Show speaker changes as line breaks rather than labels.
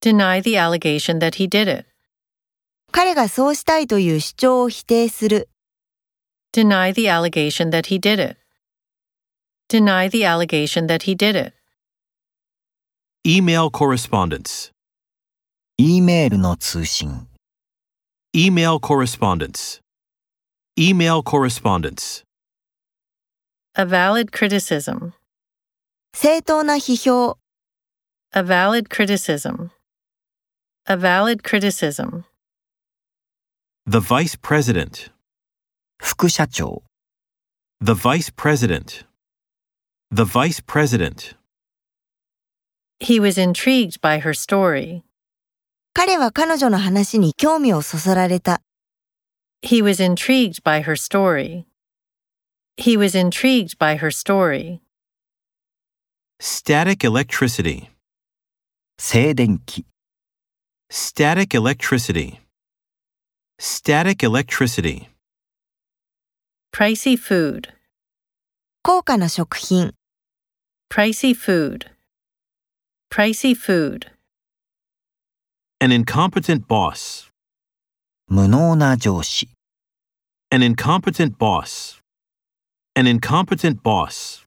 deny the allegation that he did it,
彼がそうしたいという主張を否定する。
deny the allegation that he did it, deny the allegation that he did it,
Email correspondence.
E メールの通信、
Email correspondence. Email correspondence.
a valid criticism,
正当な批評、
a valid criticism, a valid criticism,
The vice president.
副社長、
The vice president. The vice president.
he was intrigued by her story.
彼は彼女の話に興味をそそられた。
He was intrigued by her story. He was intrigued by her story.
Static electricity.
静電気、
Static electricity. Static electricity.
Pricey food.
高価な食品、
Pricey food. Pricey food.
An incompetent boss.
無能な上司。
An incompetent boss. An incompetent boss.